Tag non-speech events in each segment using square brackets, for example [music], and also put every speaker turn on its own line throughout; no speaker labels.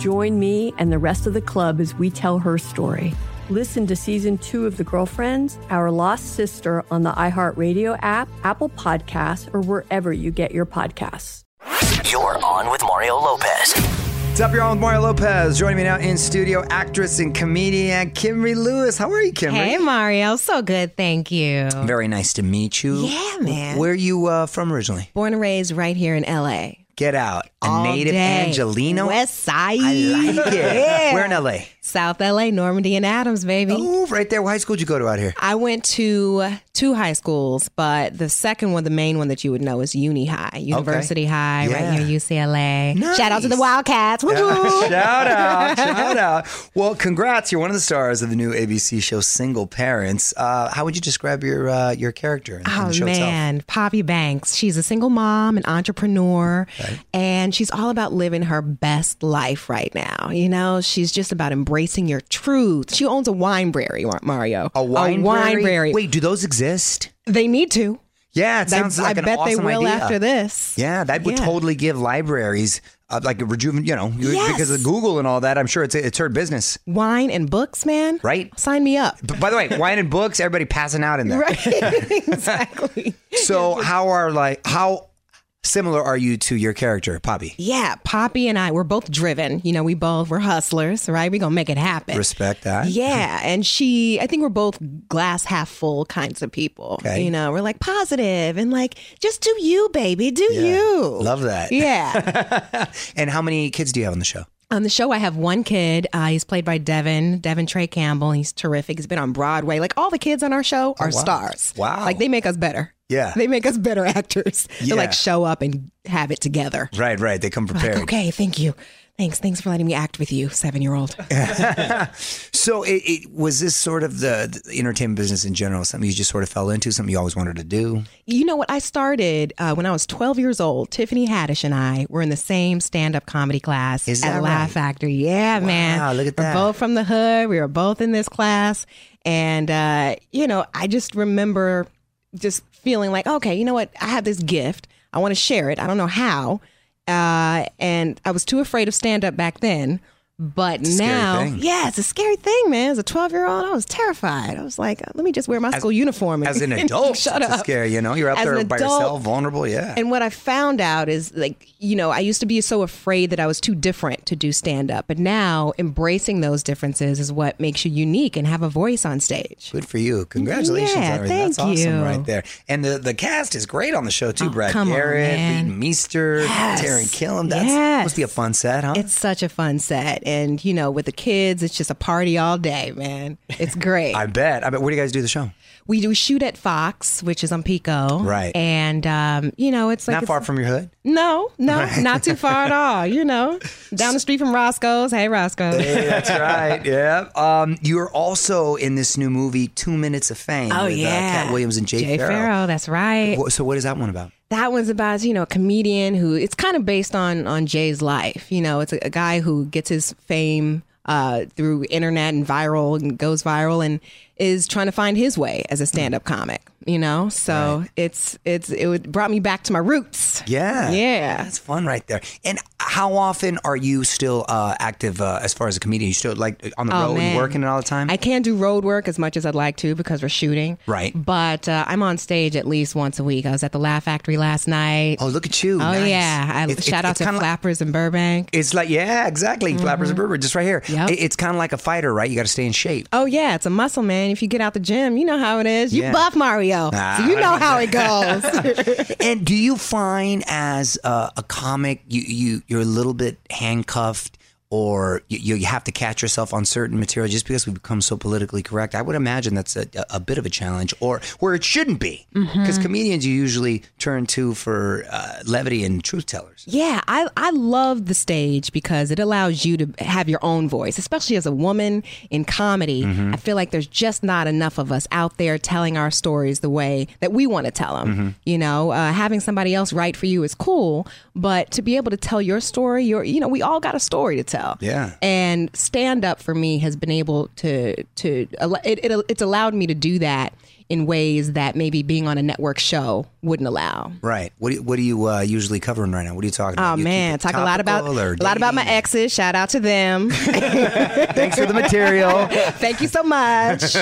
Join me and the rest of the club as we tell her story. Listen to season two of The Girlfriends, Our Lost Sister on the iHeartRadio app, Apple Podcasts, or wherever you get your podcasts.
You're on with Mario Lopez.
What's up, y'all? With Mario Lopez. Joining me now in studio, actress and comedian Kimberly Lewis. How are you, Kimberly?
Hey, Mario. So good. Thank you.
Very nice to meet you.
Yeah, man.
Where are you uh, from originally?
Born and raised right here in LA.
Get out. A
All
native
day.
Angelino.
West Side.
I like it.
[laughs] Yeah.
We're in LA.
South LA, Normandy, and Adams, baby.
Oh, right there. What high school did you go to out here?
I went to two high schools, but the second one, the main one that you would know, is Uni High, University High,
Yeah.
right near UCLA. Shout out to the
Nice.
Wildcats.
[laughs]
Woo-hoo. [laughs]
shout out, shout out. Well, congrats. You're one of the stars of the new ABC show Single Parents. Uh, how would you describe your uh, your character in, in the
Oh
show itself?
man, Poppy Banks. She's a single mom, an entrepreneur, and she's all about living her best life right now. You know, she's just about embracing your truth. She owns a wineberry, Mar- Mario.
A wine
wineberry.
Wait, do those exist?
They need to.
Yeah, it
They-
sounds like
I
an
bet
awesome
they will
idea.
after this.
Yeah, that would
Yeah.
totally give libraries uh, like a rejuven, you know, you-
Yes.
because of Google and all that. I'm sure it's it's her business.
Wine and books, man.
Right.
Sign
[laughs]
me up.
But by the
[laughs]
way, wine and books, everybody passing out in there.
Right. exactly.
So how are like how similar are you to your character, Poppy?
[laughs] Yeah, Poppy and I, we're both driven. You know, we both we're hustlers, right? We're gonna make it happen.
Respect that.
Yeah, and she, I think we're both glass half full kinds of people.
Okay.
You know, we're like positive and like just do you, baby, do you.
Love that.
Yeah.
[laughs] And how many kids do you have on the show?
on the show, I have one kid. Uh, he's played by Devin, Devin Trey Campbell. He's terrific. He's been on Broadway. Like all the kids on our show are stars.
Oh, Wow.
Like they make us better.
Yeah.
They make us better [laughs] actors.
Yeah.
They like show up and have it together.
Right, right. They come prepared.
Okay, thank you. Thanks. Thanks for letting me act with you, seven year old.
So it, it was this sort of the, the entertainment business in general, something you just sort of fell into, something you always wanted to do.
You know what? I started uh, when I was 12 years old. Tiffany Haddish and I were in the same stand up comedy class
Is
at
that
Laugh
right?
Factory. Yeah, man.
look at that.
We're both from the hood. We were both in this class. And, uh, you know, I just remember just feeling like, okay, you know what? I have this gift. I want to share it. I don't know how. Uh, and I was too afraid of stand up back then. But
a scary
now,
thing.
yeah, it's a scary thing, man. As a 12 year old, I was terrified. I was like, let me just wear my school uniform. [laughs] and-
As an
and
adult,
shut
it's
up.
scary, you know, you're out
As
there
an
by
adult-
yourself, vulnerable. Yeah.
And what I found out is like, you know, I used to be so afraid that I was too different to do stand up, but now embracing those differences is what makes you unique and have a voice on stage.
Good for you. Congratulations,
Yeah,
Irene.
thank
That's awesome
you. Oh,
right there. And the, the cast is great on the show too. Brad
come on,
Garrett,
man.
Leighton Meester,
Yes.
Taryn Killam. That's
Yes.
must be a fun set, huh?
It's such a fun set. And, you know, with the kids, it's just a party all day, man.
[laughs]
It's great.
I bet. I bet. Where do you guys do the show?
we do shoot at Fox, which is on Pico.
Right.
And, um, you know, it's like.
Not
it's-
far from your hood. [laughs]
No, no, not too far at all. You know, down the street from Roscoe's. Hey, Roscoe's.
Hey, that's right. Yeah. Um, you are also in this new movie, Two Minutes of Fame.
Oh,
with, uh,
yeah.
Cat Williams and Jay,
Jay
Farrow.
Farrow, that's right.
Wha- So what is that one about?
that one's about you know a comedian who it's kind of based on on Jay's life. You know, it's a, a guy who gets his fame uh, through internet and viral and goes viral, and is trying to find his way as a
Hmm.
stand-up comic. You know, so it's it's it would- brought me back to my roots.
Yeah.
Yeah.
That's fun right there. And how often are you still uh, active uh, as far as a comedian? You still like on the
Oh,
road
man.
and working all the time?
I can't do road work as much as I'd like to because we're shooting.
Right.
But uh, I'm on stage at least once a week. I was at the Laugh Factory last night.
oh, look at you.
Oh, yeah. I, shout out to
kinda Like,
Flappers in Burbank.
it's like, yeah, exactly. Flappers and Berber, just right here.
Yep.
It- it's kind of like a fighter, right? You got to stay in shape.
Oh yeah, it's a muscle man. If you get out the gym, you know how it is. You
Yeah. Ah,
buff Mario, so you
[laughs]
know how it goes.
And do you find as a, a comic, you, you, you're a little bit handcuffed or you, you have to catch yourself on certain material just because we become so politically correct? I would imagine that's a, a bit of a challenge or where it shouldn't be because
Mm-hmm.
comedians you usually turn to for uh, levity and truth tellers.
Yeah, I, I love the stage because it allows you to have your own voice, especially as a woman in comedy. I feel like there's just not enough of us out there telling our stories the way that we want to tell them. You know, uh, having somebody else write for you is cool, but to be able to tell your story, your you know, we all got a story to tell.
Yeah.
and stand up for me has been able to to al- it, it it's allowed me to do that in ways that maybe being on a network show wouldn't allow.
Right. What do you, what are you uh, usually covering right now? What are you talking about?
Oh
You keep
man,
it
talk a lot about
topical or
a lot about my
dating?
exes. Shout out
[laughs]
to them.
Thanks for the
[laughs]
material.
Thank you so much.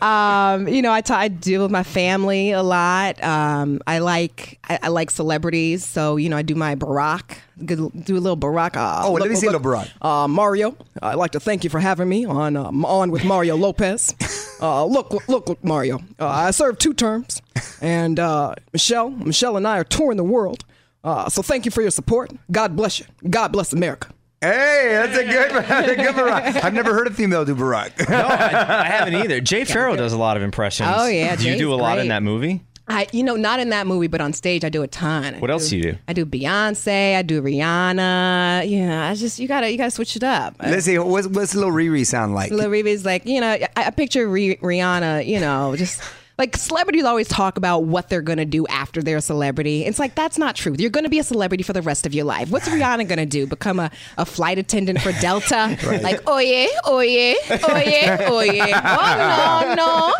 um, you know, I, ta- I deal with my family a lot. Um, I like I, I like celebrities, so you know, I do my Barack, good, do a little Barack. Uh,
Oh, let
look-
me see
look-
a little Barack.
Uh, Mario, I'd like to thank you for having me on uh, on with
[laughs]
Mario Lopez. Uh, look, look, look, look, Mario. Uh, I served two terms, and uh, Michelle, Michelle, and I are touring the world. Uh, so thank you for your support. God bless you. God bless America.
hey, that's a good, [laughs] that's a good Barack. I've never heard a female do Barack. [laughs]
I haven't
[laughs]
either. Jay Farrow does a lot of impressions.
Oh, yeah,
do you
Jay's
do a lot in
great.
that movie?
I, you know, not in that movie, but on stage, I do a ton. I
What else do you do?
I do Beyonce. I do Rihanna. You know, I just you gotta you gotta switch it up.
Let's see, what's, what's little Riri sound like?
Lil Reeves, like you know, I, I picture Rih- Rihanna. You know, just like celebrities always talk about what they're gonna do after they're a celebrity. It's like that's not true. You're gonna be a celebrity for the rest of your life. What's Rihanna gonna do? Become a, a flight
[laughs]
attendant for Delta? Like oh yeah, oh yeah, oh yeah,
[laughs]
oh yeah. Oh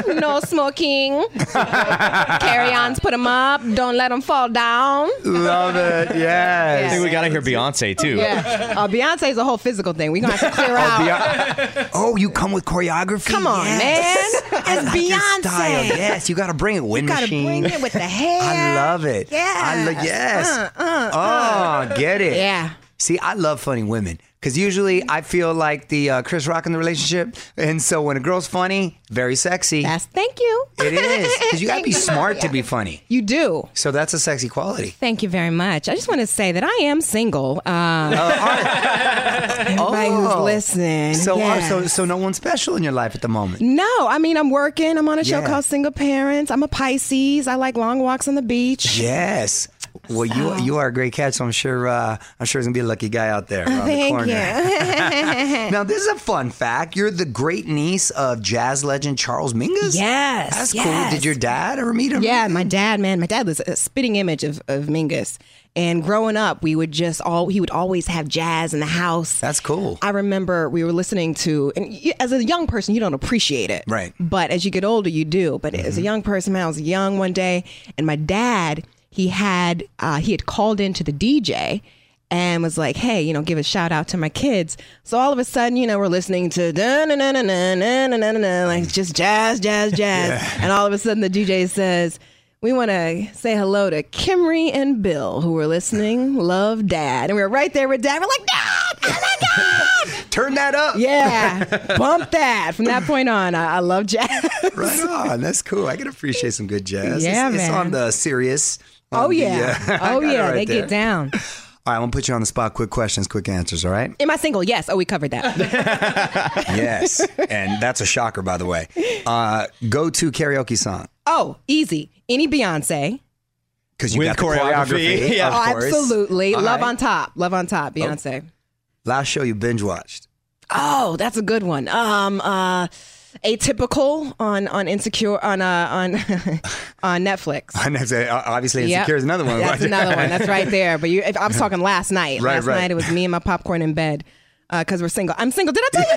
no, no, no smoking. Carry-ons, put them up. Don't let them fall down.
Love
[laughs]
it.
I think
Yes.
we got to hear Beyonce too.
Yeah. Uh, Beyonce's a whole physical thing. We're going to have to clear out.
Oh, you come with choreography?
Come on, man.
I
It's
like your
Beyonce.
style. Yes, you got to bring it. Wind
gotta
machine.
bring it with the
[laughs]
hair.
I love it. I lo-
Yes.
yes. oh, get it.
uh, Yeah.
See, I love funny women because usually I feel like the uh, Chris Rock in the relationship. And so when a girl's funny, very sexy.
That's thank you.
it is.
[laughs]
Because you got to be smart to be funny.
You do.
So that's a sexy quality.
Thank you very much. I just want to say that I am single. Um, [laughs] everybody
Oh.
who's listening.
So, uh,
yeah.
so, so no one's special in your life at the moment.
no, I mean I'm working. I'm on a show
Yeah.
called Single Parents. I'm a Pisces. I like long walks on the beach.
Yes. Well, you you are a great catch. So I'm sure uh, I'm sure there's gonna be a lucky guy out there around the
Thank
corner. [laughs]
you.
Now this is a fun fact. You're the great niece of jazz legend Charles Mingus.
[laughs] Yes,
that's
yes.
cool. Did your dad ever meet him?
Yeah, my dad, man, my dad was a spitting image of, of Mingus. And growing up, we would just all he would always have jazz in the house.
That's cool.
I remember we were listening to, and y- as a young person, you don't appreciate it,
Right. Mm-hmm.
But as you get older, you do. But as a young person, man, I was young one day, and my dad, he had uh, he had called into the DJ and was like, "Hey, you know, give a shout out to my kids." So all of a sudden, you know, we're listening to na na na na na na na na like
Mm.
just jazz, jazz, jazz, and all of a sudden the DJ says. We want to say hello to Kimry and Bill, who were listening. Love, Dad, and we were right there with Dad. We're like, Dad, oh my God!
Turn that up. [laughs]
Yeah, bump that. From that point on, I, I love jazz.
Right on. That's cool. I can appreciate some good jazz.
Yeah,
it's, it's
man.
on the serious.
Oh yeah, [laughs]
uh, [laughs]
oh yeah, they get down.
All right, I'm gonna put you on the spot. Quick questions, quick answers. All right.
Am I single? Yes. Oh, we
[laughs]
covered that.
yes, and that's a shocker, by the way. Uh, go to karaoke song.
oh, easy. Any Beyonce?
Because you got
With
the
choreography.
choreography.
Yeah.
of
Oh,
course.
absolutely.
All
Love
right. Oh.
on top. Love on top. Beyonce.
Last show you binge watched.
Oh, that's a good one. Um, uh, atypical on on insecure on uh on [laughs] on Netflix.
[laughs] And that's, uh, obviously, [laughs]
Yep.
Insecure is another one.
That's another one. That's right there. But you, if, I was talking last
[laughs]
night.
Right,
last
right.
night it was me and my popcorn in bed uh, because we're single. I'm single. Did I tell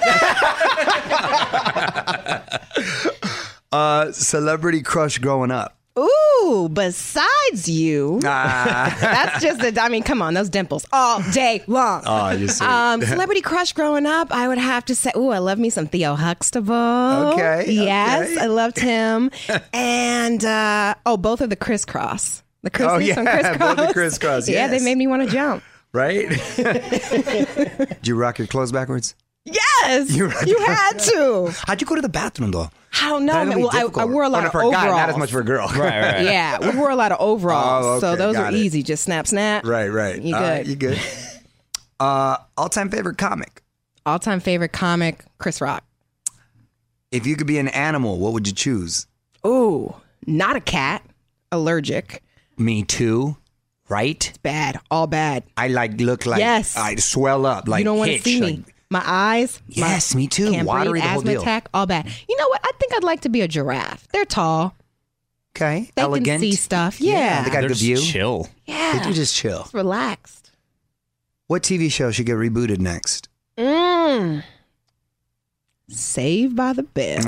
you that?
Uh, celebrity crush growing up.
Ooh, besides
[laughs]
you.
Ah.
That's just the, I mean, come on, those dimples all day long.
Oh, you see. [laughs]
Um, celebrity crush growing up, I would have to say, ooh, I love me some Theo Huxtable.
Okay,
Yes,
okay.
I
[laughs]
loved him. and, uh, oh, both of the crisscross. The Christmas
Oh,
from
yeah,
crisscross.
both the
[laughs]
Crisscross,
Yeah, they
yes.
made me want to jump. [laughs]
right? Did you rock your clothes backwards?
Yes,
[laughs]
you, had to.
How'd you go to the bathroom though?
I don't know.
That'd
Man.
be
Well, I, I
difficult.
wore a
Oh,
lot
no,
of
for a guy,
overalls.
not as much for a [laughs] girl.
Right, right.
yeah, we wore a lot
[laughs]
of overalls,
Oh,
so
okay,
those
got
are
it.
easy. Just snap, snap.
right, right.
You
All
good?
you
[laughs]
good? Uh, all-time favorite comic.
All-time favorite comic, Chris Rock.
If you could be an animal, what would you choose?
Ooh, not a cat. Allergic.
Me too. Right?
Bad. All bad.
I like look like
Yes.
I swell up like
you don't want to
hitch,
see me.
like-
My eyes.
Yes,
my,
me too.
Can't
Watery,
breathe,
the whole
asthma
deal.
attack. All bad. You know what? I think I'd like to be a giraffe. They're tall.
okay,
They
elegant.
can see stuff.
Yeah,
Yeah.
they got
They're
the
just
view.
chill.
They
yeah.
do just chill.
relaxed.
What TV show should get rebooted
[laughs]
next?
Mm. Saved by
[laughs]
the Bell.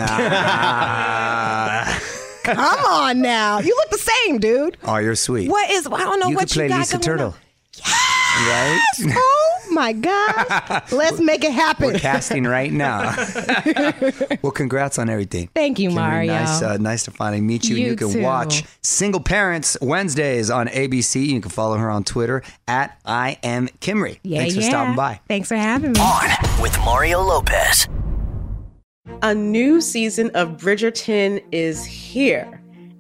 Come on now. You look the same, dude.
oh, you're sweet.
What is, I
[laughs]
don't know
You
what
could play
you got
Lisa
going
Turtle,
on.
right?
Oh my gosh. Let's make it
We're
happen.
casting right
[laughs]
now. well, congrats on everything.
Thank you,
Kimberly,
Mario.
Nice, uh, nice to finally meet you. and
You
you can
too.
watch Single Parents Wednesdays on ABC. You can follow her on Twitter at I am Kimry.
yeah,
Thanks for
yeah.
stopping by.
Thanks for having me.
On with Mario Lopez.
A new season of Bridgerton is here.